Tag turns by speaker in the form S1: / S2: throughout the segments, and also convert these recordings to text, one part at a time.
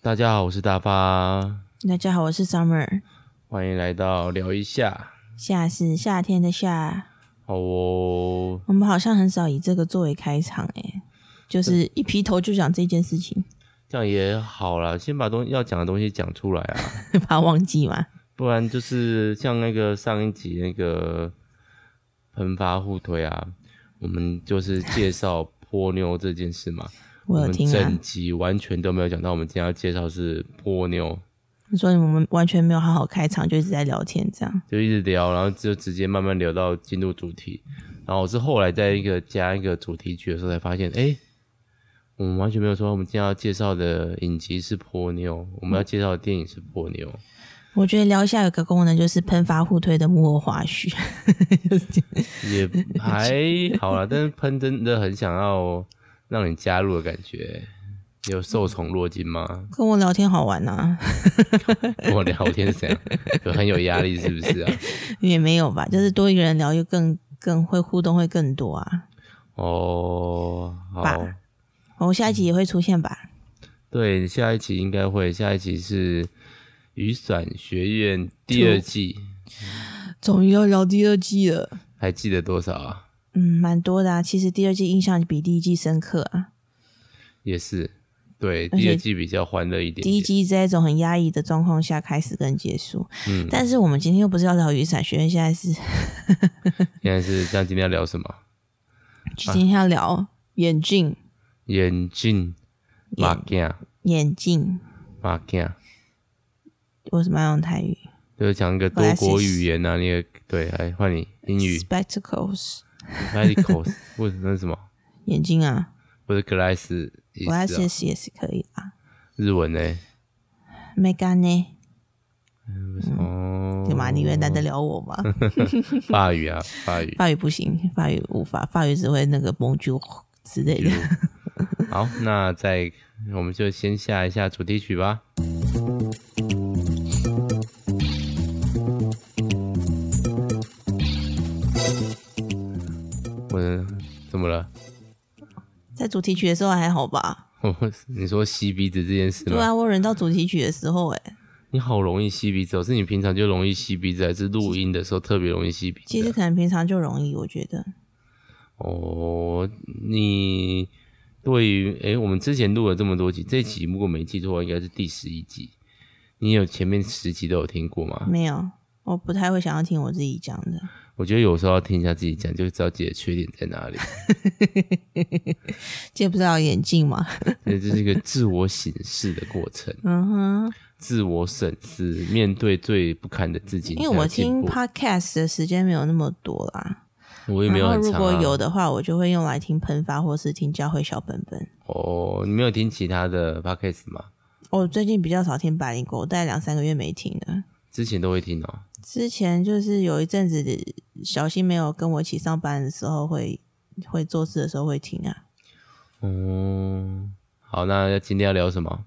S1: 大家好，我是大发，
S2: 大家好，我是 Summer，
S1: 欢迎来到聊一下。
S2: 夏是夏天的夏。
S1: 好哦，
S2: 我们好像很少以这个作为开场、欸，诶，就是一劈头就讲这件事情，
S1: 这样也好啦，先把东要讲的东西讲出来啊，
S2: 怕忘记嘛。
S1: 不然就是像那个上一集那个喷发互推啊，我们就是介绍泼妞这件事嘛。
S2: 我有
S1: 们
S2: 听啊
S1: 整，集完全都没有讲到，我们今天要介绍是泼妞，
S2: 你说我们完全没有好好开场，就一直在聊天这样。
S1: 就一直聊，然后就直接慢慢聊到进入主题。然后我是后来在一个加一个主题曲的时候才发现，哎，我们完全没有说我们今天要介绍的影集是泼妞，我们要介绍的电影是泼妞。
S2: 我觉得聊一下有个功能就是喷发互推的幕后花絮， 就是这样
S1: 也还好啦，但是喷真的很想要让你加入的感觉，有受宠若惊吗？
S2: 跟我聊天好玩啊，
S1: 跟我聊天是怎样？有很有压力是不是啊？
S2: 也没有吧，就是多一个人聊又更更会互动会更多啊。
S1: 哦，好，
S2: 吧我哦下一集也会出现吧？
S1: 对，下一集应该会，下一集是《雨伞学院》第二季，
S2: 终于要聊第二季了。
S1: 还记得多少啊？
S2: 嗯，蛮多的啊。其实第二季印象比第一季深刻啊。
S1: 也是，对，
S2: 而且
S1: 第二季比较欢乐一点点
S2: 第一季在一种很压抑的状况下开始跟结束。
S1: 嗯啊
S2: 但是我们今天又不是要聊雨伞学院，现 在是
S1: 现在是这样，今天要聊什么？
S2: 今天要聊眼镜、
S1: 眼镜、马镜、
S2: 眼镜。
S1: 马镜，
S2: 为什么要用台语
S1: 就是讲一个多国语言啊，那个对，来换你英 语
S2: ？Spectacles，
S1: medicals，为什么那是什么？
S2: 眼镜啊
S1: 不是 glass，意思啊，
S2: ，glasses 也是可以啊。
S1: 日文呢？
S2: 没干呢，
S1: 哦，
S2: 对吗？你原来在聊我 吗？
S1: 法语啊，法语。
S2: 法语不行，法语无法，法语只会那个 bonjour 之类的。
S1: 好，那再我们就先下一下主题曲吧。我的怎么了？
S2: 在主题曲的时候还好吧？
S1: 你说吸鼻子这件事
S2: 对
S1: 吗？
S2: 啊，我忍到主题曲的时候、欸，哎，
S1: 你好容易吸鼻子、哦，是你平常就容易吸鼻子，还是录音的时候特别容易吸鼻
S2: 其
S1: 子
S2: 实
S1: 啊？
S2: 可能平常就容易，我觉得。
S1: 哦，你对于诶，我们之前录了这么多集，这一集如果没记错，应该是第十一集。你有前面十集都有听过吗？
S2: 没有，我不太会想要听我自己讲的。
S1: 我觉得有时候要听一下自己讲，就知道自己的缺点在哪 里。
S2: 戒不到眼镜嘛？
S1: 这就是一个自我审视的过程，
S2: 嗯哼，
S1: 自我审视，面对最不堪的自己。
S2: 因为我
S1: 你才有进
S2: 听
S1: 步
S2: podcast 的时间没有那么多啦。
S1: 我也没有
S2: 然后
S1: 很
S2: 如
S1: 长、
S2: 果
S1: 啊。
S2: 有的话，我就会用来听喷发或是听教会小本本。
S1: 哦，你没有听其他的 podcast 吗？
S2: 我哦最近比较少听百灵果，我大概两三个月没听了。
S1: 之前都会听哦。
S2: 之前就是有一阵子小新没有跟我一起上班的时候会，会做事的时候会听啊。嗯
S1: 哦，好，那今天要聊什么？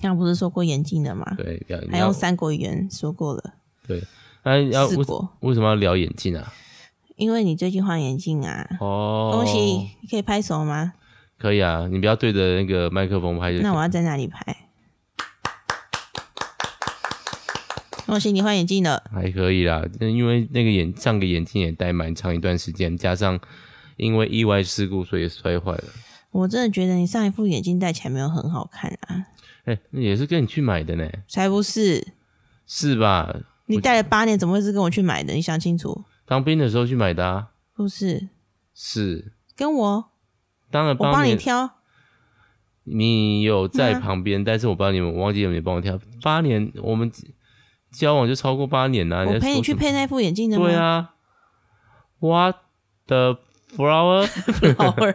S2: 刚不是说过眼镜的吗？
S1: 对，聊你
S2: 还
S1: 要
S2: 用三国语言说过了，
S1: 对，那要
S2: 四
S1: 为
S2: 国，
S1: 为什么要聊眼镜啊？
S2: 因为你最近换眼镜啊。
S1: 哦，
S2: 恭喜，你可以拍手吗？
S1: 可以啊，你不要对着那个麦克风拍就行。
S2: 那我要在哪里拍？恭喜你换眼镜了，
S1: 还可以啦，但因为那个眼上个眼镜也戴蛮长一段时间，加上因为意外事故，所以摔坏了。
S2: 我真的觉得你上一副眼镜戴起来没有很好看啊，
S1: 哎、那也是跟你去买的呢，
S2: 才不是！
S1: 是吧？
S2: 你戴了八年，怎么会是跟我去买的？你想清楚，
S1: 当兵的时候去买的、啊，
S2: 不是
S1: 是。
S2: 跟我，
S1: 当然
S2: 我帮
S1: 帮
S2: 你嗯
S1: 你，
S2: 挑。
S1: 你有在
S2: 那
S1: 旁边，但是我不知道你们，我忘记有没有帮我挑。八年，我们交往就超过八年啦、你
S2: 我
S1: 在
S2: 陪你
S1: 说
S2: 去
S1: 什么
S2: 配那副眼镜的吗？
S1: 对啊，What the flower？啊
S2: 老二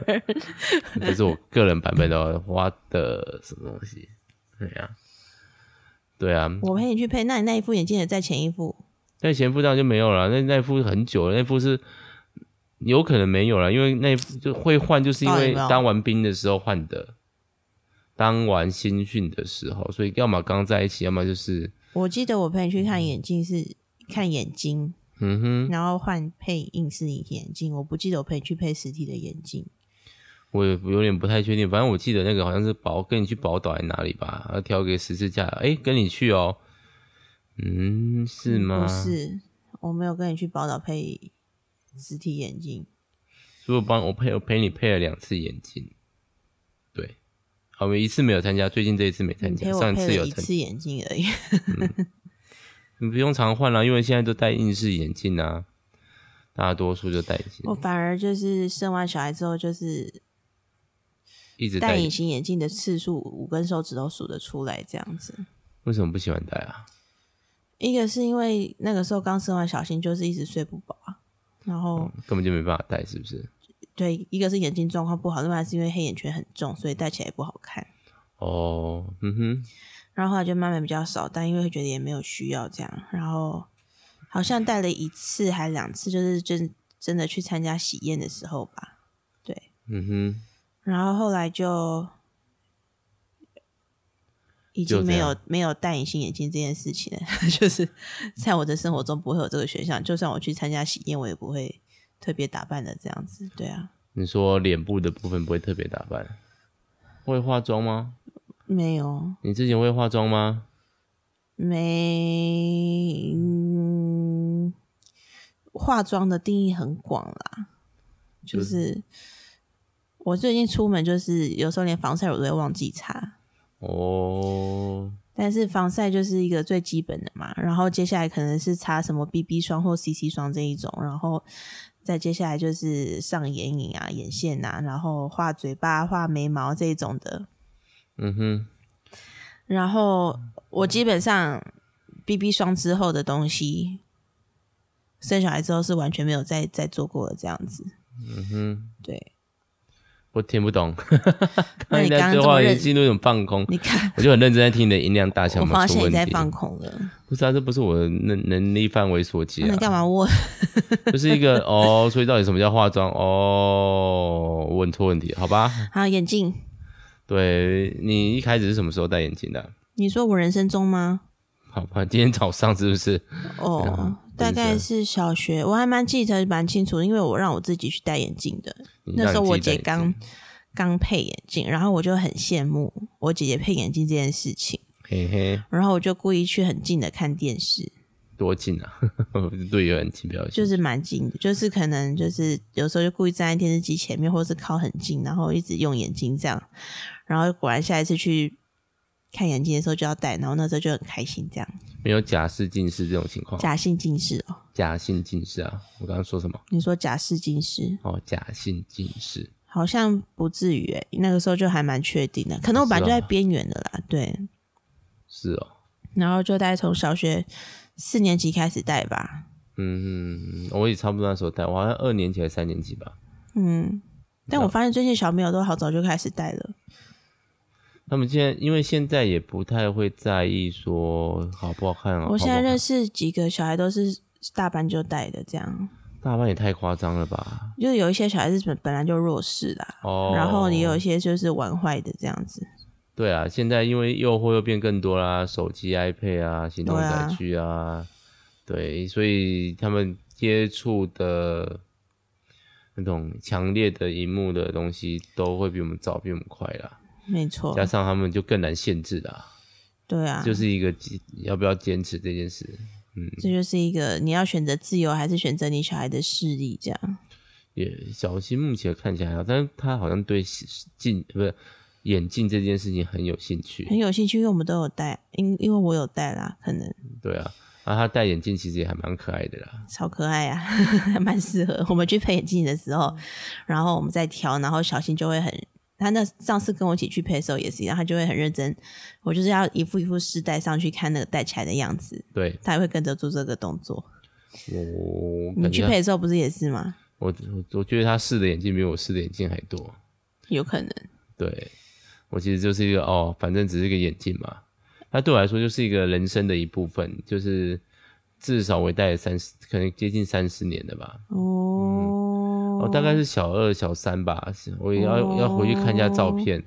S1: 这是我个人版本的花的什么东西？对啊，对啊，
S2: 我陪你去配。那你那一副眼镜也在前一副，
S1: 但前夫当然就没有了，那那副很久了，那副是有可能没有了，因为那副就会换，就是因
S2: 到底
S1: 为
S2: 有没有
S1: 当完兵的时候换的，当完新训的时候，所以要么刚在一起，要么就是
S2: 我记得我陪你去看眼镜是看眼睛，
S1: 嗯哼，
S2: 然后换配硬式眼镜，我不记得我陪你去配实体的眼镜。
S1: 我也有点不太确定，反正我记得那个好像是宝跟你去宝岛还是哪里吧，要挑个十字架，哎、跟你去哦，嗯，是吗？
S2: 不是，我没有跟你去宝岛配实体眼镜，
S1: 所以我帮我配我陪你配了两次眼镜，对，好我们一次没有参加，最近这一次没参
S2: 你
S1: 加，
S2: 嗯陪我
S1: 上
S2: 配
S1: 次有
S2: 了一
S1: 参，
S2: 次眼 镜而已。
S1: 你不用常换啦、因为现在都戴近视眼镜啊，大多数就戴隐形
S2: 我，反而就是生完小孩之后，就是
S1: 一直戴
S2: 戴，隐形眼镜的次数，五根手指都数得出来这样子。
S1: 为什么不喜欢戴啊？
S2: 一个是因为那个时候刚生完小新，就是一直睡不饱啊，然后、
S1: 根本就没办法戴，是不是？
S2: 对，一个是眼睛状况不好，另外是因为黑眼圈很重，所以戴起来也不好看。
S1: 哦，嗯哼，
S2: 然后后来就慢慢比较少戴，因为会觉得也没有需要这样。然后好像戴了一次还两次，就是真真的去参加喜宴的时候吧。对，
S1: 嗯哼。
S2: 然后后来就已
S1: 就
S2: 经
S1: 这
S2: 没有
S1: 样
S2: 没有戴隐形眼镜这件事情了， 就是在我的生活中不会有这个选项。就算我去参加喜宴，我也不会特别打扮的这样子。对啊，
S1: 你说脸部的部分不会特别打扮，会化妆吗？
S2: 没有，
S1: 你之前会化妆吗？
S2: 没，嗯，化妆的定义很广啦，就
S1: 就是
S2: 是我最近出门就是有时候连防晒乳都会忘记擦，
S1: 哦，
S2: 但是防晒就是一个最基本的嘛，然后接下来可能是擦什么 BB 霜或 CC 霜这一种，然后再接下来就是上眼影啊、眼线啊，然后画嘴巴、画眉毛这一种的，
S1: 嗯哼，
S2: 然后
S1: 嗯
S2: 我基本上 BB 霜之后的东西，生小孩之后是完全没有再再做过的这样子。
S1: 嗯哼，
S2: 对，
S1: 我听不懂。
S2: 那你
S1: 在
S2: 刚刚
S1: 对
S2: 这么
S1: 话
S2: 认，
S1: 进入一种放空，
S2: 你看，
S1: 我就很认真在听你的音量大小
S2: 我
S1: 有没
S2: 发
S1: 有出
S2: 现
S1: 问
S2: 你在
S1: 题。
S2: 放空了，
S1: 不是啊，这不是我的能能力范围所及
S2: 那你
S1: 啊，
S2: 干嘛问？
S1: 就是一个哦，所以到底什么叫化妆？哦，问错问题，好 吧？
S2: 好，啊眼镜，
S1: 对你一开始是什么时候戴眼镜的啊？
S2: 你说我人生中吗？
S1: 好吧，今天早上是不是？
S2: 哦，大概是小学，我还蛮记得蛮清楚的，因为我让我自己去戴眼镜的。
S1: 你
S2: 那时候
S1: 让你
S2: 我
S1: 自己戴
S2: 姐
S1: 眼镜
S2: 刚刚配眼镜，然后我就很羡慕我姐姐配眼镜这件事情，
S1: 嘿嘿，
S2: 然后我就故意去很近的看电视。
S1: 多近啊！ 对有人请不要信
S2: 就是蛮近的，就是可能就是有时候就故意站在电视机前面，或者是靠很近，然后一直用眼睛这样，然后果然下一次去看眼睛的时候就要戴，然后那时候就很开心，这样
S1: 没有假视近视这种情况。
S2: 假性近视哦，
S1: 假性近视啊，我刚刚说什么？
S2: 你说假视近视
S1: 哦，假性近视。
S2: 好像不至于诶、那个时候就还蛮确定的，可能我本来就在边缘的啦，对，
S1: 是哦，
S2: 然后就大概从小学四年级开始戴吧，
S1: 嗯，我也差不多那时候戴，我好像二年级还是三年级吧。
S2: 嗯，但我发现最近小朋友都好早就开始戴了，
S1: 他们现在因为现在也不太会在意说好不好看啊。
S2: 我现在认
S1: 识
S2: 识几个小孩都是大班就戴的这样。
S1: 大半也太夸张了吧？
S2: 就是有一些小孩子本本来就弱势啦，
S1: 哦，
S2: 然后也有一些就是玩坏的这样子。
S1: 对啊，现在因为诱惑又变更多啦，手机、iPad 啊，行动载具啊，对，所以他们接触的那种强烈的荧幕的东西，都会比我们早，比我们快啦。
S2: 没错
S1: 加，上他们就更难限制啦，
S2: 对哦啊，
S1: 就是一个坚要不要坚持这件事，
S2: 这就是一个你要选择自由还是选择你小孩的势力这样。
S1: 也小新目前看起来还好，但是他好像对镜不是眼镜这件事情很有兴趣，
S2: 很有兴趣，因为我们都有戴，因因为我有戴啦，可能
S1: 对啊，然后他戴眼镜其实也还蛮可爱的啦。
S2: 超可爱啊， 还蛮适合。我们去配眼镜的时
S1: 嗯
S2: 候，然后我们再挑，然后小新就会很。他那上次跟我一起去配的时候也是一样，他就会很认真。我就是要一副一副试戴上去看那个戴起来的样子，
S1: 对
S2: 他也会跟着做这个动作。
S1: 我
S2: 你
S1: 感
S2: 去
S1: 觉啊
S2: 配
S1: 他
S2: 的时候不是也是吗？
S1: 我我我觉得他试的眼镜比我试的眼镜还多。
S2: 有可能。
S1: 对我其实就是一个哦，反正只是一个眼镜嘛，那对我来说就是一个人生的一部分，就是至少我也戴了三十，可能接近三十年了吧。
S2: 哦，
S1: 嗯我、大概是小二、小三吧，是我也要、
S2: 哦
S1: 要回去看一下照片。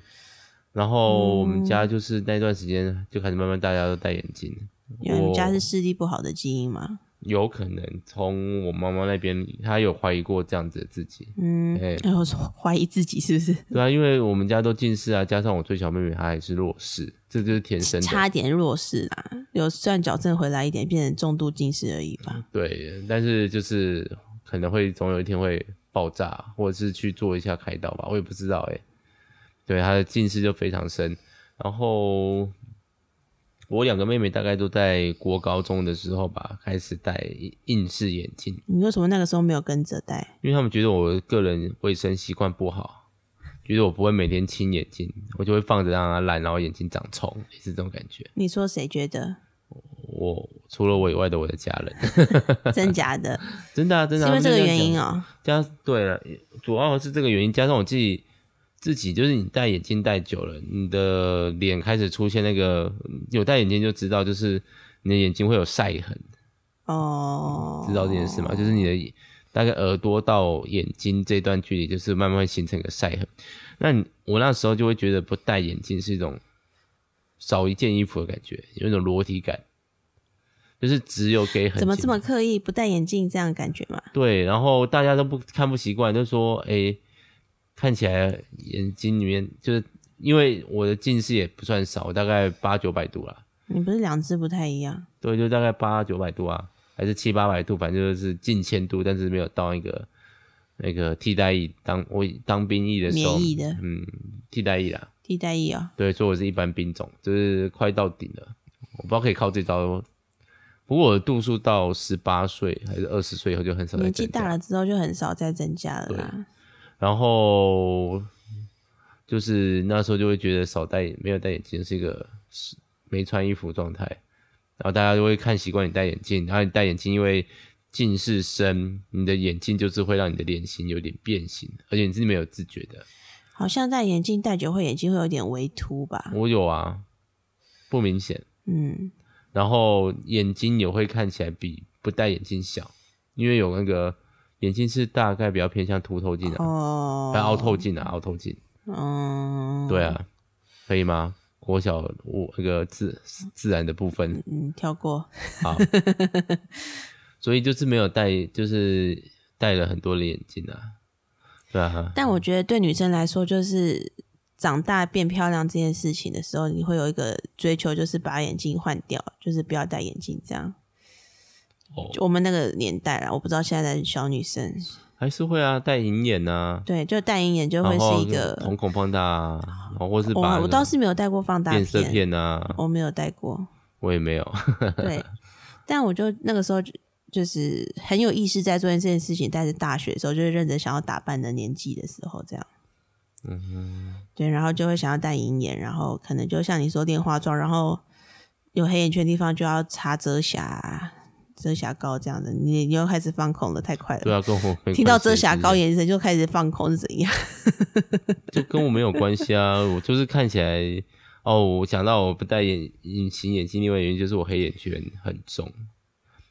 S1: 然后我们
S2: 哦
S1: 家就是那段时间就开始慢慢大家都戴眼镜，
S2: 因为你
S1: 我
S2: 家是视力不好的基因嘛。
S1: 有可能从我妈妈那边，她有怀疑过这样子的自己。
S2: 嗯，
S1: 哎
S2: 哎，我怀疑自己是不是
S1: 对啊，因为我们家都近视啊，加上我最小妹妹她也是弱视，这就是天生的。
S2: 差一点弱视啦？有算矫正回来一点，变成重度近视而已
S1: 嗯
S2: 吧。
S1: 对，但是就是可能会总有一天会爆炸，或者是去做一下开刀吧，我也不知道哎、对，她的近视就非常深。然后我两个妹妹大概都在国高中的时候吧，开始戴硬式眼镜，
S2: 你为什么那个时候没有跟着戴？
S1: 因为他们觉得我个人卫生习惯不好，觉得我不会每天清眼睛，我就会放着让它烂，然后眼睛长虫，也是这种感觉。
S2: 你说谁 觉得
S1: 我除了我以外的我的家人，
S2: 真假的？
S1: 真的啊， 真
S2: 是
S1: 的、啊，
S2: 因为这个
S1: 他们就
S2: 原
S1: 样
S2: 因
S1: 讲。
S2: 哦、
S1: 加对了，主要是这个原因，加上我自己自己就是你戴眼镜戴久了，你的脸开始出现那个有戴眼镜就知道，就是你的眼睛会有晒痕，
S2: 哦，
S1: 知道这件事吗？就是你的大概耳朵到眼睛这段距离，就是慢慢会形成一个晒痕。那你我那时候就会觉得不戴眼镜是一种少一件衣服的感觉，有一种裸体感，就是只有给很
S2: 怎么这么刻意不戴眼镜这样的感觉嘛？
S1: 对，然后大家都不看不习惯，就说诶，看起来眼睛里面就是因为我的近视也不算少，我大概八九百度啦，
S2: 你不是两只不太一样？
S1: 对，就大概八九百度啊，还是七八百度，反正就是近千度，但是没有到那个那个替代役当我当兵役的时候，
S2: 免疫的
S1: 嗯，替代役啦，
S2: 替代役哦、
S1: 对，所以我是一般兵种，就是快到顶了，我不知道可以靠这招。不过我的度数到十八岁还是二十岁以后就很少再
S2: 年纪
S1: 增加
S2: 大了之后就很少再增加了啦。
S1: 然后就是那时候就会觉得少戴没有戴眼镜是一个是没穿衣服状态，然后大家就会看习惯你戴眼镜，然后你戴眼镜因为近视深，你的眼镜就是会让你的脸型有点变形，而且你是没有自觉的。
S2: 好像戴眼镜戴久会眼睛会有点微凸吧？
S1: 我有啊，不明显，
S2: 嗯，
S1: 然后眼睛也会看起来比不戴眼镜小，因为有那个眼镜是大概比较偏向凸透镜啊，
S2: 哦，
S1: 还有凹透镜啊，凹透镜。
S2: 嗯，
S1: 对，啊，可以吗？国小我那个自自然的部分，
S2: 嗯，跳过，
S1: 好，所以就是没有戴，就是戴了很多的眼镜啊，对啊，
S2: 但我觉得对女生来说，就是长大变漂亮这件事情的时候，你会有一个追求，就是把眼镜换掉，就是不要戴眼镜这样。
S1: 哦
S2: 就我们那个年代啦，我不知道现在的小女生，
S1: 还是会啊，戴银眼啊，
S2: 对，就戴眼眼就会
S1: 然后
S2: 是一个哦
S1: 瞳，孔放大啊，然后或是
S2: 我
S1: 把
S2: 我倒是没有戴过放大
S1: 变色片啊，
S2: 我没有戴过，
S1: 我也没
S2: 哦
S1: 有，
S2: 对，但我就那个时候就就是很有意识在做这件事情，但是大学的时候就是认真想要打扮的年纪的时候，这样，嗯，对，然后就会想要戴银眼，然后可能就像你说练化妆，然后有黑眼圈的地方就要擦遮瑕、遮瑕膏这样的，你你又开始放空了，太快了。
S1: 对啊，跟我没
S2: 听
S1: 关
S2: 到
S1: 系
S2: 遮瑕膏，
S1: 其实
S2: 眼神就开始放空是怎样？
S1: 就跟我没有关系啊，我就是看起来。哦，我想到我不戴眼隐形眼镜，另外一个原因就是我黑眼圈很重，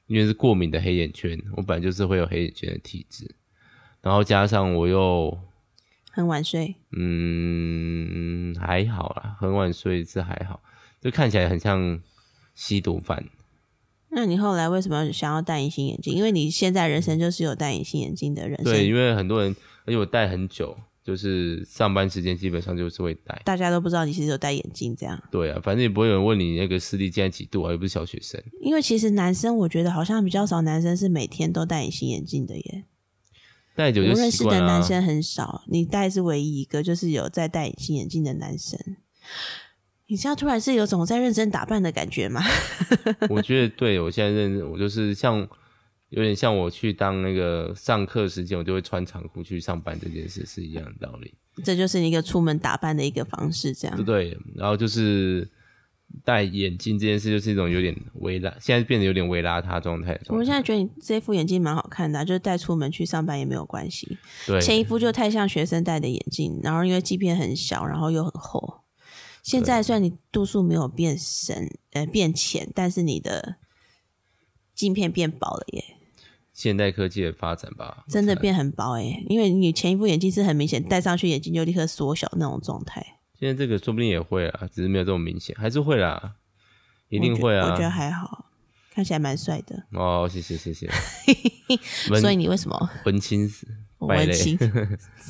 S1: 因为是过敏的黑眼圈，我本来就是会有黑眼圈的体质，然后加上我又
S2: 很晚睡，
S1: 嗯还好啦，很晚睡是还好，就看起来很像吸毒犯。
S2: 那你后来为什么想要戴隐形眼镜？因为你现在人生就是有戴隐形眼镜的人
S1: 对，
S2: 生，
S1: 因为很多人，而且我戴很久，就是上班时间基本上就是会戴。
S2: 大家都不知道你其实有戴眼镜这样。
S1: 对啊，反正也不会有人问你那个视力现在几度啊，又不是小学生。
S2: 因为其实男生，我觉得好像比较少，男生是每天都戴隐形眼镜的耶。
S1: 戴久就
S2: 我认
S1: 习
S2: 识
S1: 惯
S2: 的
S1: 了、啊
S2: 男生很少，你戴是唯一一个，就是有在戴隐形眼镜的男生。你这样突然是有种在认真打扮的感觉吗？
S1: 我觉得对我现在认识，我就是像有点像我去当那个上课时间，我就会穿长裤去上班这件事是一样的道理，
S2: 这就是一个出门打扮的一个方式，这
S1: 对不
S2: 样。
S1: 对？然后就是戴眼镜这件事，就是一种有点微拉，现在变得有点微邋遢状态的
S2: 我
S1: 状
S2: 现
S1: 态。
S2: 在觉得你这副眼镜蛮好看的啊、就是戴出门去上班也没有关系。前
S1: 对，
S2: 一副就太像学生戴的眼镜，然后因为镜片很小，然后又很厚。现在虽然你度数没有变深，呃，变浅，但是你的镜片变薄了耶，
S1: 现代科技的发展吧，
S2: 真的变很薄耶。因为你前一副眼镜是很明显戴上去眼睛就立刻缩小那种状态，
S1: 现在这个说不定也会啊，只是没有这么明显，还是会啦，一定会
S2: 我觉得我觉得
S1: 啊。
S2: 还好，看起来蛮帅的。
S1: 哦，谢谢谢 谢，文
S2: 所以你为什么
S1: 文青死 败
S2: 文
S1: 类，
S2: 青什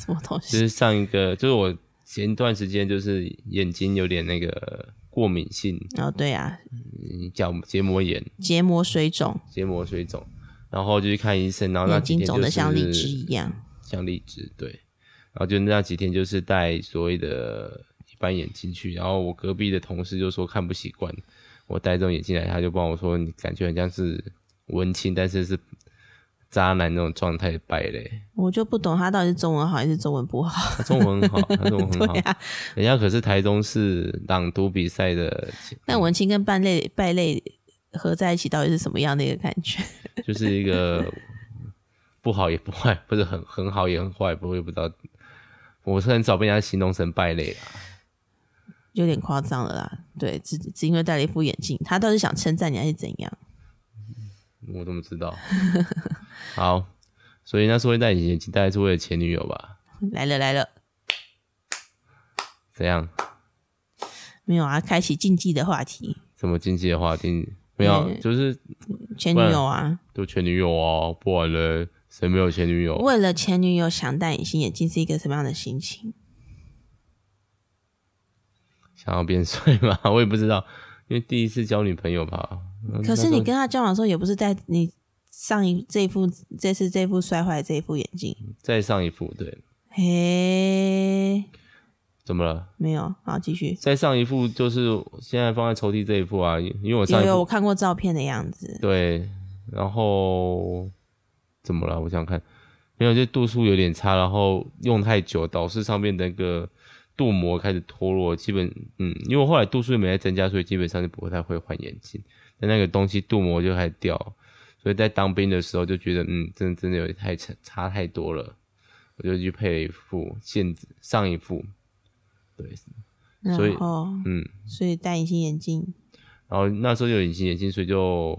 S2: 么东
S1: 就
S2: 西？
S1: 是上一个，就是我前一段时间就是眼睛有点那个过敏性，
S2: 哦，对啊，
S1: 嗯角结膜炎、
S2: 结膜水肿，
S1: 结膜水肿，然后就去看医生，然后那
S2: 眼
S1: 几
S2: 睛
S1: 天就
S2: 肿的
S1: 是
S2: 像荔枝一样。
S1: 像荔枝，对。然后就那几天就是戴所谓的一般眼镜去，然后我隔壁的同事就说看不习惯我戴这种眼镜来，他就帮我说你感觉很像是文青，但是是渣男那种状态的败类。
S2: 我就不懂他到底是中文好还是中文不好。
S1: 他中文很好，他中文很好
S2: 对，啊，
S1: 人家可是台中市朗读比赛的，
S2: 但文青跟败类败类合在一起，到底是什么样的一个感觉？
S1: 就是一个不好也不坏，不是很很好也很坏，不会不知道。我是很少被人家形容成败类啦，
S2: 有点夸张了啦。对，只只因为戴了一副眼镜，他到底想称赞你还是怎样？
S1: 我怎么知道？好，所以那时候会戴隐形眼镜，大概是为了前女友吧？
S2: 来了来了，
S1: 怎样？
S2: 没有啊，开启禁忌的话题，
S1: 什么经济的话题？没有，
S2: 嗯
S1: 就是
S2: 前女
S1: 不然
S2: 友啊，
S1: 都前女友哦，不然嘞，谁没有前女友？
S2: 为了前女友想戴隐形眼镜是一个什么样的心情？
S1: 想要变帅嘛？ 我也不知道，因为第一次交女朋友吧。嗯
S2: 可是你
S1: 那时
S2: 跟他交往的时候，也不是戴你上一这一副这次这副摔坏的这一副眼镜，
S1: 候再上一副，对，
S2: 嘿，
S1: 怎么了？
S2: 没有，好继续。
S1: 再上一副就是现在放在抽屉这一副啊，因因为我上
S2: 有
S1: 一
S2: 有，
S1: 副
S2: 我看过照片的样子，
S1: 对，然后怎么了？我想想看，没有，就度数有点差，然后用太久，导致上面那个镀膜开始脱落。基本嗯，因为我后来度数也没再增加，所以基本上就不太会换眼镜。但那个东西镀膜就开始掉，所以在当兵的时候就觉得嗯，真的真的有点太差差太多了，我就去配了一副现上一副，对，
S2: 然
S1: 所以
S2: 后
S1: 嗯。
S2: 所以戴隐形眼镜，
S1: 然后那时候有隐形眼镜，所以就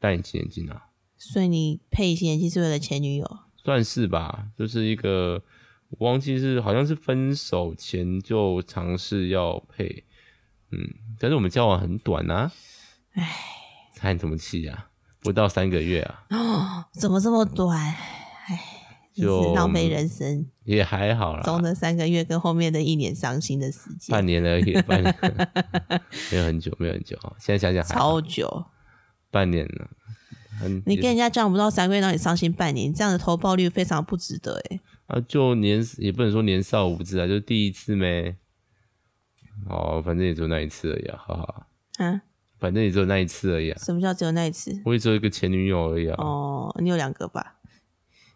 S1: 戴隐形眼镜啊，
S2: 所以你配隐形眼镜是为了前女 友，
S1: 算是吧，就是一个我忘记是好像是分手前就尝试要配，嗯，但是我们交往很短啊，唉，叹什么气啊？不到三个月啊，
S2: 哦怎么这么短？哎，真是
S1: 就嗯
S2: 浪费人生。
S1: 也还好
S2: 中
S1: 啦，
S2: 的三个月跟后面的一年伤心的时间
S1: 半，年而已，半年 没有很久，没有很久啊。现在想想还好
S2: 超久。
S1: 半年了，很
S2: 你跟人家交往不到三个月，让你伤心半年，你这样的投报率非常不值得哎、
S1: 啊，就年也不能说年少无知啊，就第一次没。哦，反正也只有那一次而已啊，哈哈，
S2: 啊，
S1: 反正也只有那一次而已啊，
S2: 什么叫只有那一次？
S1: 我也只有一个前女友而已啊。
S2: 哦，你有两个吧？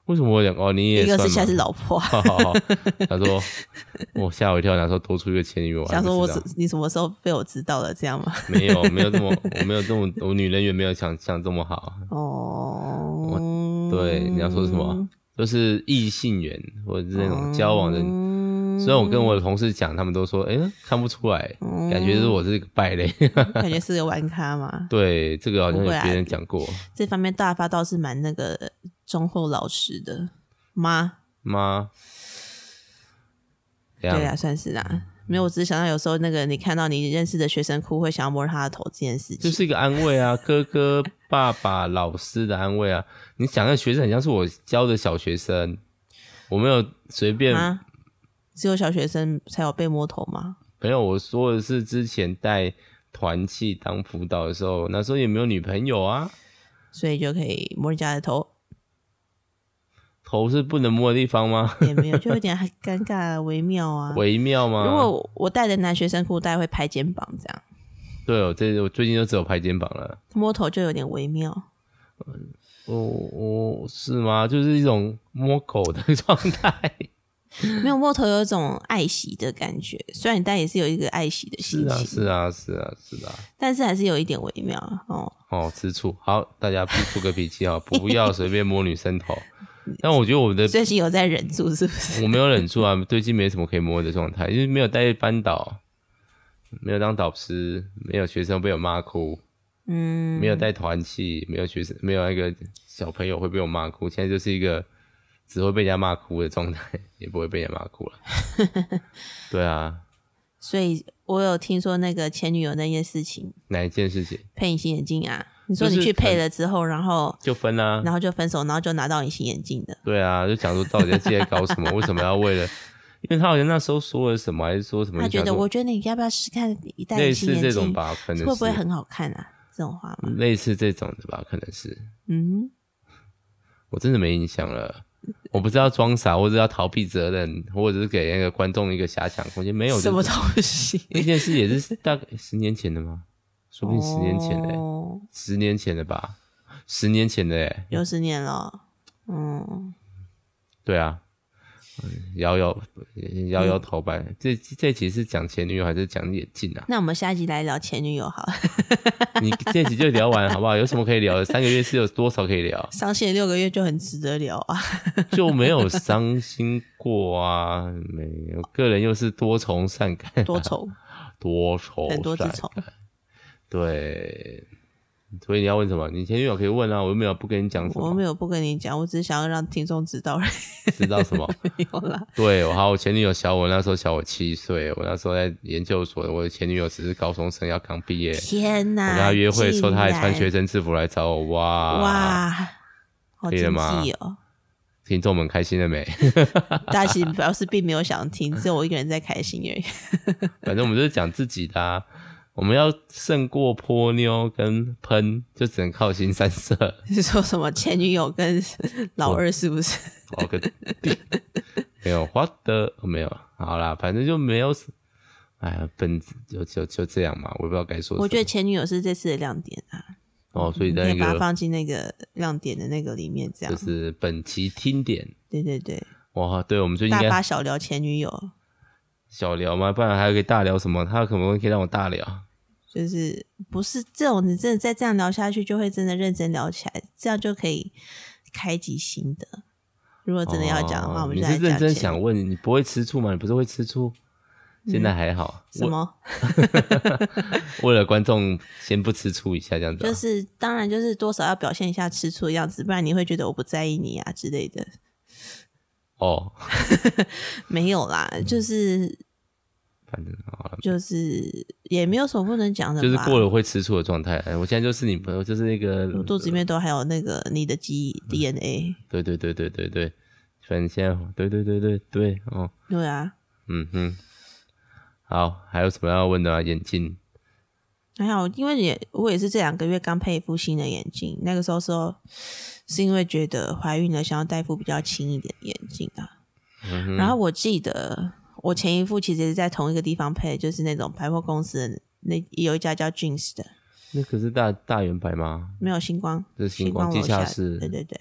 S1: 为什么我两个？哦，你也
S2: 一个是
S1: 算
S2: 现在
S1: 吗？
S2: 是老婆啊，
S1: 哈哈哈他说我吓我一跳，他说多出一个前女友，啊
S2: 想说我
S1: 还不知
S2: 是
S1: 道
S2: 你什么时候被我知道了这样吗？
S1: 没有没有这么我没有这么我女人缘没有想象这么好，啊
S2: 哦，
S1: 对，你要说什么？就是异性缘或者是那
S2: 哦
S1: 种交往的。
S2: 嗯
S1: 虽然我跟我的同事讲，他们都说，哎、看不出来，感觉是我是一个败类。
S2: 嗯感觉是个玩咖嘛，
S1: 对，这个好像
S2: 不
S1: 有
S2: 会啊
S1: 别人讲过。
S2: 这方面大发倒是蛮那个忠厚老实的妈，
S1: 妈，这
S2: 对啊，
S1: 样
S2: 算是啦。没有，我只是想到有时候那个你看到你认识的学生哭，会想要摸他的头这件事
S1: 就
S2: 情。
S1: 是一个安慰啊， 哥哥、爸爸、老师的安慰啊。你想的学生很像是我教的小学生，我没有随便，
S2: 啊，只有小学生才有被摸头吗？
S1: 没有我说的是之前带团契当辅导的时候，那时候也没有女朋友啊，
S2: 所以就可以摸人家的头，
S1: 头是不能摸的地方吗？
S2: 也没有，就有点 还尴尬微妙啊。
S1: 微妙吗？
S2: 如果我带的男学生裤，大概会拍肩膀这样，
S1: 对哦，这我最近就只有拍肩膀了。
S2: 摸头就有点微妙。
S1: 我、我、哦是吗？就是一种摸狗的状态。
S2: 没有摸头有一种爱惜的感觉，虽然你戴也是有一个爱惜的心
S1: 是啊，
S2: 情，
S1: 是啊，是啊，是啊。
S2: 但是还是有一点微妙哦。
S1: 哦，吃醋。好，大家出个脾气啊， 不要随便摸女生头。但我觉得 我的
S2: 最近有在忍住是不是？
S1: 我没有忍住啊，最近没什么可以摸的状态，因为没有带班导，没有当导师，没有学生被我骂哭，
S2: 嗯，
S1: 没有带团契，没有学生，没有那个小朋友会被我骂哭。现在就是一个只会被人家骂哭的状态，也不会被人家骂哭 了。对啊，
S2: 所以我有听说那个前女友那件事情，
S1: 哪一件事情？
S2: 配隐形眼镜啊，你说
S1: 就是
S2: 你去配
S1: 很
S2: 了之后，然后
S1: 就分啊啦、
S2: 然后就分手，然后就拿到隐形眼镜的。
S1: 对啊，就讲说到底在现在搞什么？为什么要为了？因为他好像那时候说了什么，还是说什么？
S2: 他觉
S1: 嗯你
S2: 得，
S1: 想说
S2: 我觉得你要不要试试看一戴
S1: 类
S2: 隐形
S1: 似
S2: 眼
S1: 这种
S2: 镜，
S1: 吧，可能是
S2: 会不会很好看啊？这种话嘛，
S1: 类似这种的吧？可能是
S2: 嗯，
S1: 我真的没印象了。我不知道装傻，或者要逃避责任，或者是给那个观众一个遐想空间，没有
S2: 什么
S1: 就是
S2: 东 西？
S1: 那件事也是大概十年前的吗？说不定十年前的、
S2: 哦
S1: 十年前的吧，十年前的哎、
S2: 有十年了，嗯，？
S1: 对啊，嗯摇摇摇摇头吧。这这集是讲前女友还是讲眼镜啊
S2: 那我们下一集来聊前女友好了，？
S1: 你这集就聊完好不好？有什么可以聊的？三个月是有多少可以聊
S2: 上线六个月就很值得聊 啊。
S1: 就没有伤心过啊，没有。个人又是多愁善感、
S2: 多愁，
S1: 多愁
S2: 很多只
S1: 善
S2: 愁
S1: 感。对，所以你要问什么？你前女友可以问啊，我又没有不跟你讲什
S2: 我
S1: 么
S2: 没，有不跟你讲，我只是想要让听众知道而已
S1: 知道什么？
S2: 没有啦。
S1: 对，我好，我前女友小我，那时候小我七岁，我那时候在研究所，我的前女友只是高中生，要刚毕业。
S2: 天哪！
S1: 我跟她约会的时候，
S2: 竟
S1: 她还穿
S2: 然
S1: 学生制服来找我，哇！
S2: 哇，好
S1: 可
S2: 经
S1: 以了吗
S2: 济哦。
S1: 听众们开心了没？
S2: 大家其实表示并没有想听，只有我一个人在开心而已。
S1: 反正我们就是讲自己的、啊，我们要胜过泼妞跟喷，就只能靠新三色。
S2: 你说什么前女友跟 老二是不是？
S1: 好个屁！没有花的，没有。好啦，反正就没有什。哎呀，本就就就这样嘛，我也不知道该说什么。
S2: 我觉得前女友是这次的亮点啊，
S1: 哦，所以
S2: 你
S1: 在
S2: 可
S1: 那
S2: 以把它
S1: 个
S2: 放进那个亮点的那个里面，这样
S1: 就。是本期听点。
S2: 对对对，
S1: 哇，对，我们最近
S2: 大
S1: 应
S2: 巴
S1: 该
S2: 小聊前女友，
S1: 小聊嘛，不然还可以大聊什么？他可能可以让我大聊，
S2: 就是不是这种，你真的再这样聊下去，就会真的认真聊起来，这样就可以开集新的。如果真的要讲的话，
S1: 哦
S2: 我们
S1: 你
S2: 就是来
S1: 认
S2: 讲
S1: 真
S2: 前
S1: 想问，你不会吃醋吗？你不是会吃醋？现在还好，
S2: 什么？
S1: 为为了观众先不吃醋一下这样子啊、
S2: 就是当然就是多少要表现一下吃醋的样子，不然你会觉得我不在意你啊之类的。
S1: 哦，
S2: 没有啦，
S1: 嗯
S2: 就是
S1: 反正好了，
S2: 就是也没有什么不能讲的吧，
S1: 就是过了会吃醋的状态。哎我现在就是你朋友，就是那个
S2: 我肚子里面都还有那个你的记
S1: 嗯
S2: 忆 DNA。
S1: 对对对对对对，反正现在对对对对对哦，
S2: 对啊，
S1: 嗯哼，好，还有什么要问的、啊？眼镜
S2: 还好，因为也我也是这两个月刚配一副新的眼镜，那个时候是哦是因为觉得怀孕了，想要戴一副比较轻一点的眼镜啊。
S1: 嗯
S2: 然后我记得我前一副其实也是在同一个地方配，就是那种百货公司的那有一家叫 Jeans 的，
S1: 那可是大大圆白吗？
S2: 没有星光，
S1: 这是星光
S2: 楼
S1: 地下
S2: 下
S1: 室嗯
S2: 对对对。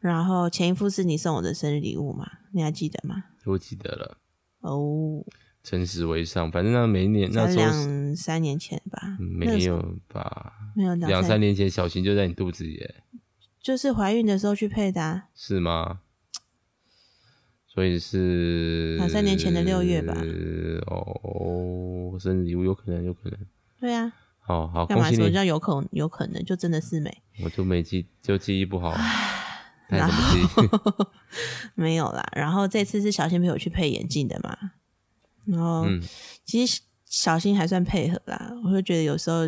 S2: 然后前一副是你送我的生日礼物嘛？你还记得吗？
S1: 我记得了，
S2: 哦，
S1: 诚实为上，反正那每一年那
S2: 才
S1: 时候是嗯
S2: 两三年前吧，那个
S1: 没
S2: 时候
S1: 有吧，
S2: 没有
S1: 两
S2: 两
S1: 三，年前小型就在你肚子里耶，
S2: 就是怀孕的时候去配的、啊，
S1: 是吗？所以是
S2: 两三年前的6月吧
S1: 哦，生日礼物有可能，有可能。
S2: 对啊，
S1: 哦，好，
S2: 干
S1: 恭
S2: 嘛
S1: 喜
S2: 什么
S1: 你！
S2: 叫有可有可能就真的是没
S1: 我就没记，就记忆不 好，那
S2: 然
S1: 怎么记？
S2: 没有啦。然后这次是小新陪我去配眼镜的嘛，然后、
S1: 嗯
S2: 其实小新还算配合啦，我就觉得有时候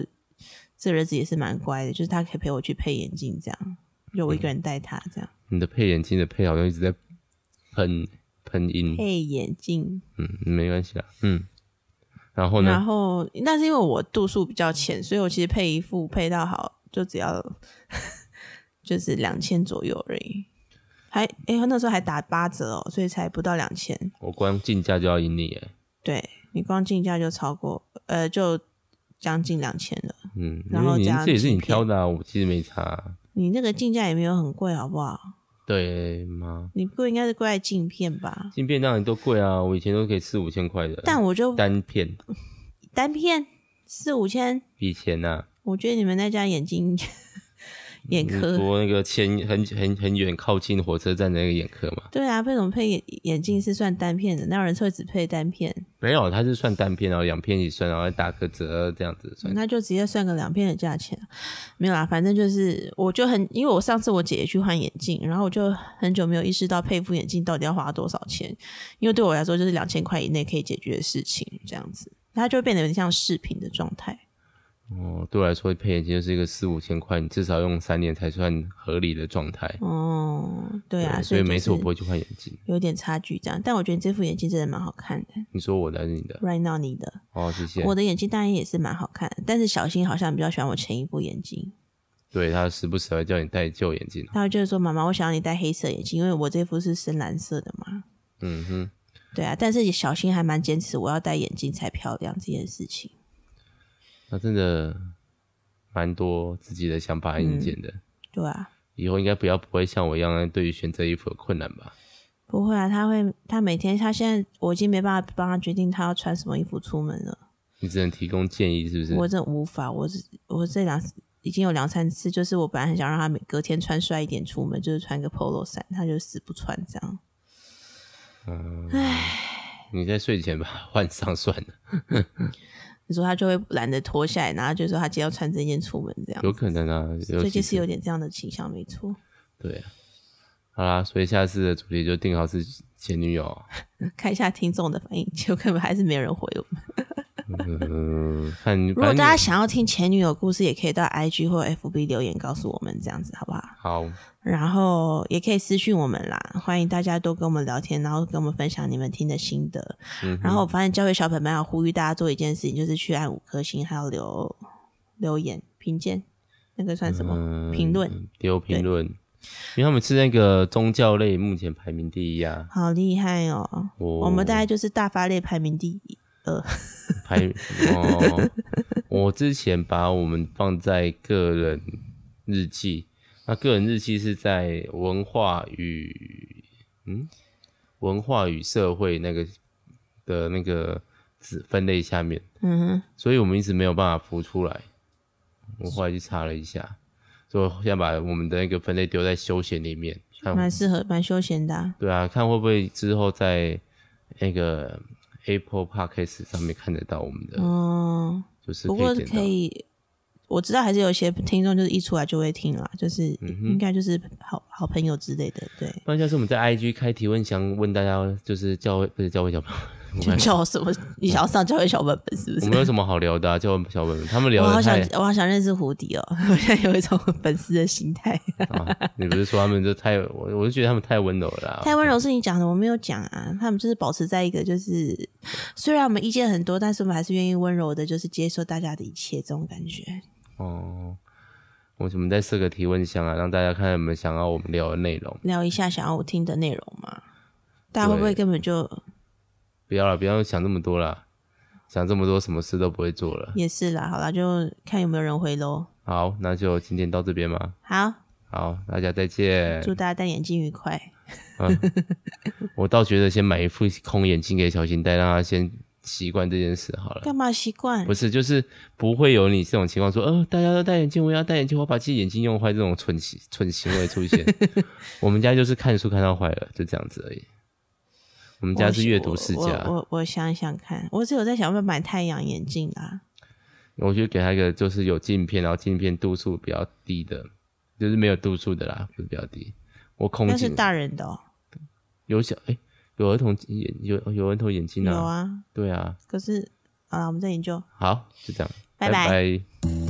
S2: 这日子也是蛮乖的，就是他可以陪我去配眼镜这样。就
S1: 嗯
S2: 我一个人带他这样、
S1: 你的配眼镜的配好像一直在喷喷音，
S2: 配眼镜，
S1: 嗯，没关系啦，嗯。然后
S2: 然
S1: 呢？
S2: 后那是因为我度数比较浅，所以我其实配一副配到好就只要 就是两千左右而已，还哎、那时候还打八折哦，所以才不到两千。
S1: 我光进价就要赢你耶，
S2: 对你光进价就超过呃就将近两千了，
S1: 嗯，因
S2: 然后
S1: 为你
S2: 加
S1: 这也是你
S2: 镜片
S1: 挑的啊，我其实没差，
S2: 你那个进价也没有很贵好不好？
S1: 对吗？
S2: 你贵应该是贵在镜片吧？
S1: 镜片当然都贵啊，我以前都可以四五千块的，
S2: 但我就
S1: 单片
S2: 单片四五千，
S1: 以前啊呐，
S2: 我觉得你们那家眼睛 眼
S1: 你
S2: 科
S1: 说那个前很很很远靠近火车站的那个眼科嘛，
S2: 对啊，配什么配眼眼镜是算单片的？那有人会只配单片？
S1: 没有，它是算单片，然后两片一起算，然后再打个折这样子算。
S2: 那就直接算个两片的价钱，啊没有啦，反正就是我就很，因为我上次我姐也去换眼镜，然后我就很久没有意识到配副眼镜到底要花多少钱，因为对我来说就是两千块以内可以解决的事情，这样子，它就会变得有点像饰品的状态。
S1: 哦，么，对我来说配眼镜就是一个四五千块，你至少用三年才算合理的状态。
S2: 哦，对啊，
S1: 所
S2: 以
S1: 以每次我不会
S2: 会
S1: 去换眼镜。
S2: 有点差距这样。但我觉得你这副眼镜真的蛮好看的
S1: 你说我的还是你的？
S2: ，right now 你的，
S1: 哦，谢谢。
S2: 我的眼镜当然也是蛮好看的，但是小新好像比较喜欢我前一副眼镜，
S1: 对他时不时会叫你戴旧眼镜。
S2: 他就是说妈妈，我想要你戴黑色眼镜，因为我这副是深蓝色的嘛。
S1: 嗯哼，
S2: 对啊，但是小新还蛮坚持我要戴眼镜才漂亮这件事情。
S1: 他真的蛮多自己的想法和意见的。
S2: 对啊，
S1: 以后应该不要不会像我一样对于选择衣服有困难吧？
S2: 不会啊，他会，他每天，他现在我已经没办法帮他决定他要穿什么衣服出门了，
S1: 你只能提供建议，是不是？
S2: 我真的无法，我只我这两已经有两三次，就是我本来很想让他每隔天穿帅一点出门，就是穿个 polo 衫，他就死不穿这样。
S1: 你在睡前把它换上算了，
S2: 你说他就会懒得脱下来，然后就说他今天要穿这件出门这样。
S1: 有可能啊。尤
S2: 最
S1: 其
S2: 近是有点这样的倾向，没错。
S1: 对啊。好啦，所以下次的主题就定好是前女友。
S2: 看一下听众的反应，结果根本还是没有人回我们。
S1: 嗯，看
S2: 如果
S1: 反正
S2: 大家想要听前女友故事，也可以到 IG 或 FB 留言告诉我们，这样子好不好？
S1: 好，
S2: 然后也可以私讯我们啦，欢迎大家多跟我们聊天，然后跟我们分享你们听的心得。
S1: 嗯
S2: 然后我发现教育小本本要呼吁大家做一件事情，就是去按五颗星，还有留留言评鉴，那个算什么？
S1: 嗯，
S2: 评论
S1: 丢评论，因为他们是那个宗教类目前排名第一啊。
S2: 好厉害哦！
S1: 哦
S2: 我们大概就是大发类排名第呃二，
S1: 排 哦，我之前把我们放在个人日记，那个人日记是在文化与嗯文化与社会那个的那个子分类下面，
S2: 嗯哼，
S1: 所以我们一直没有办法浮出来。我后来去查了一下，所以我现在把我们的那个分类丢在休闲里面，看
S2: 蛮适合，蛮休闲的、啊。
S1: 对啊，看会不会之后在那个 Apple Podcast 上面看得到我们的，
S2: 哦、
S1: 就是
S2: 不过
S1: 可以点
S2: 可
S1: 到。
S2: 以，我知道还是有一些听众就是一出来就会听啦，就是
S1: 嗯
S2: 应该就是好好朋友之类的，对。
S1: 不然下次我们在 IG 开提问箱问大家，就是教会不是教会小朋友，我
S2: 就
S1: 们
S2: 叫我什么？你想要上教育小本本是不
S1: 我
S2: 是？
S1: 们有什么好聊的、啊？教会小朋友他们
S2: 我
S1: 聊
S2: 好
S1: 的
S2: 想
S1: 太，
S2: 我好想认识胡迪哦！ 我现在有一种粉丝的心态。
S1: 啊，你不是说他们就太我我就觉得他们太温柔了啦，啊
S2: 太温柔是你讲的，我没有讲啊。他们就是保持在一个就是，虽然我们意见很多，但是我们还是愿意温柔的，就是接受大家的一切这种感觉。
S1: 哦。我我们再设个提问箱啊，让大家看有没有想要我们聊的内容。
S2: 聊一下想要我听的内容嘛？大家会不会根本就
S1: 不要了，不要想那么多了，想这么多什么事都不会做 了。
S2: 也是啦？好啦，就看有没有人回喽。
S1: 好，那就今天到这边嘛。
S2: 好，
S1: 好，大家再见。
S2: 祝大家戴眼镜愉快。
S1: 我倒觉得先买一副空眼镜给小新戴，让他先习惯这件事好了。
S2: 干嘛习惯
S1: 不？是，就是不会有你这种情况说，呃，大家都戴眼镜，我也要戴眼镜，我把自己眼睛用坏这种蠢行蠢行为出 现。我们家就是看书看到坏了，就这样子而已。我们家是
S2: 哦
S1: 阅读世
S2: 我
S1: 家
S2: 我，我我想想看，我只有在想要不要买太阳眼镜啊啦。
S1: 我就给他一个就是有镜片，然后镜片度数比较低的，就是没有度数的啦，不是比较低。我空
S2: 那是
S1: 镜
S2: 大人的哦、
S1: 有小哎、有儿童眼有有儿童眼镜
S2: 有
S1: 啊，
S2: 啊，
S1: 对啊，
S2: 可是好了，我们再研究。
S1: 好，就这样，
S2: 拜拜
S1: 拜